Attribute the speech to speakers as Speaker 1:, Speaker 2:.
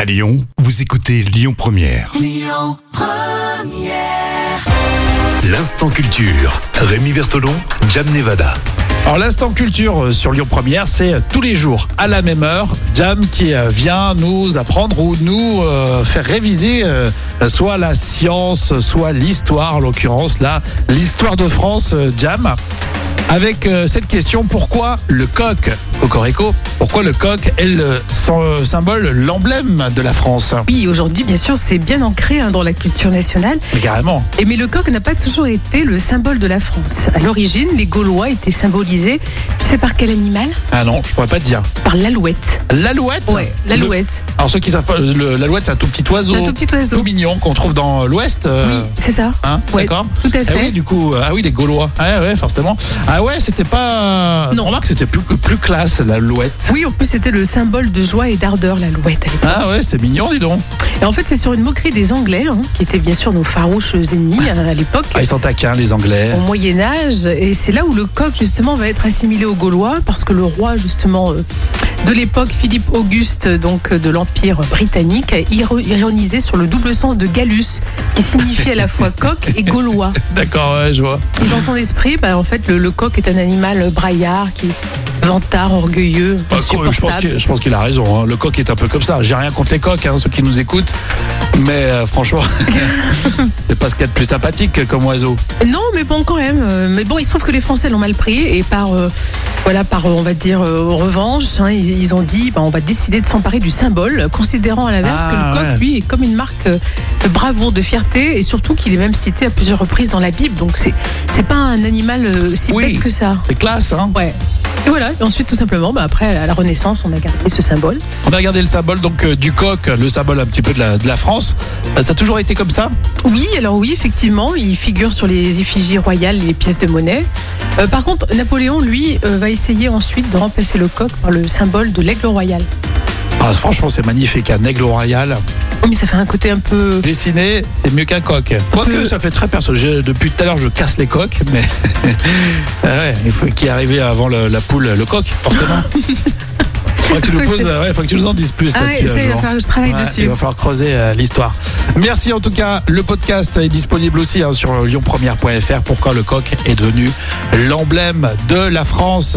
Speaker 1: À Lyon, vous écoutez Lyon Première. Lyon Première. L'instant culture. Rémi Bertolon, Jam Nevada.
Speaker 2: Alors l'instant culture euh, sur Lyon Première, c'est euh, tous les jours à la même heure Jam qui euh, vient nous apprendre ou nous euh, faire réviser euh, soit la science, soit l'histoire. En l'occurrence là, l'histoire de France euh, Jam. Avec euh, cette question, pourquoi le coq, Cocorico, pourquoi le coq est le sy- symbole, l'emblème de la France
Speaker 3: Oui, aujourd'hui, bien sûr, c'est bien ancré hein, dans la culture nationale.
Speaker 2: Mais carrément,
Speaker 3: Et mais le coq n'a pas toujours été le symbole de la France. À l'origine, les Gaulois étaient symbolisés, tu sais par quel animal
Speaker 2: ah non, je pourrais pas te dire.
Speaker 3: Par l'alouette.
Speaker 2: L'alouette
Speaker 3: Ouais, l'alouette.
Speaker 2: Le- Alors ceux qui savent pas, le- l'alouette c'est un tout petit oiseau,
Speaker 3: Un tout petit
Speaker 2: tout
Speaker 3: oiseau.
Speaker 2: mignon qu'on trouve dans l'ouest. euh,
Speaker 3: Oui, c'est ça.
Speaker 2: Hein,
Speaker 3: Ouais,
Speaker 2: D'accord
Speaker 3: Tout à
Speaker 2: Ah oui,
Speaker 3: fait.
Speaker 2: du coup, euh, ah oui, les Gaulois. Ah ouais, forcément. Ah ouais, c'était pas.
Speaker 3: Non.
Speaker 2: Remarque, c'était plus, plus classe, la louette.
Speaker 3: Oui, en plus, c'était le symbole de joie et d'ardeur, l'alouette. à l'époque.
Speaker 2: Ah ouais, c'est mignon, dis donc.
Speaker 3: Et en fait, c'est sur une moquerie des Anglais, hein, qui étaient bien sûr nos farouches ennemis hein, à l'époque.
Speaker 2: Ah, ils sont taquins, les Anglais.
Speaker 3: au Moyen Âge et c'est là où le coq justement va être assimilé aux Gaulois parce que le roi justement euh, de l'époque Philippe Auguste euh, donc euh, de l'Empire britannique a iro- ironisé sur le double sens de Gallus qui signifie à la fois coq et gaulois
Speaker 2: D'accord, ouais, je vois.
Speaker 3: et dans son esprit bah, en fait le, le coq est un animal braillard qui est vantard orgueilleux
Speaker 2: Bah, quoi, je pense
Speaker 3: insupportable
Speaker 2: qu'il je pense qu'il a raison. hein. Le coq est un peu comme ça. J'ai rien contre les coqs, hein, ceux qui nous écoutent. Mais euh, franchement, c'est pas ce qu'il y a de plus sympathique comme oiseau.
Speaker 3: Non, mais bon, quand même. Euh, Mais bon, il se trouve que les Français l'ont mal pris et par, euh, voilà, par, euh, on va dire, euh, revanche, hein, ils, ils ont dit, bah, on va décider de s'emparer du symbole, considérant à l'inverse
Speaker 2: Ah,
Speaker 3: que le coq,
Speaker 2: ouais.
Speaker 3: lui, est comme une marque euh, de bravoure, de fierté, et surtout qu'il est même cité à plusieurs reprises dans la Bible. Donc c'est, c'est pas un animal euh, si
Speaker 2: Oui.
Speaker 3: bête que ça.
Speaker 2: C'est classe, hein.
Speaker 3: Ouais. Et voilà. Et ensuite, tout simplement, bah, après, à la Renaissance, on a gardé ce symbole.
Speaker 2: On a regardé le symbole donc euh, du coq, le symbole un petit peu de la, de la France. Euh, ça a toujours été comme ça
Speaker 3: Oui, alors oui, effectivement, il figure sur les effigies royales et les pièces de monnaie. Euh, par contre, Napoléon, lui, euh, va essayer ensuite de remplacer le coq par le symbole de l'aigle royal.
Speaker 2: Ah, Franchement, c'est magnifique. Un aigle royal.
Speaker 3: Oh, mais ça fait un côté un peu...
Speaker 2: Dessiner, c'est mieux qu'un coq. Quoique,
Speaker 3: Peu-
Speaker 2: ça fait très perso. Je- Depuis tout à l'heure, je casse les coqs, mais Ah ouais, il faut qu'il arrive avant le- la poule, le coq, forcément. Faut que tu nous poses, euh, ouais, faut que tu nous en dises plus. euh,
Speaker 3: Ah ouais,
Speaker 2: là-dessus,
Speaker 3: ça,
Speaker 2: un
Speaker 3: il va
Speaker 2: jour.
Speaker 3: falloir que je travaille
Speaker 2: Ouais,
Speaker 3: dessus.
Speaker 2: il va falloir creuser euh, l'histoire. Merci en tout cas. Le podcast est disponible aussi hein, sur lyonpremière.fr. Pourquoi le coq est devenu l'emblème de la France.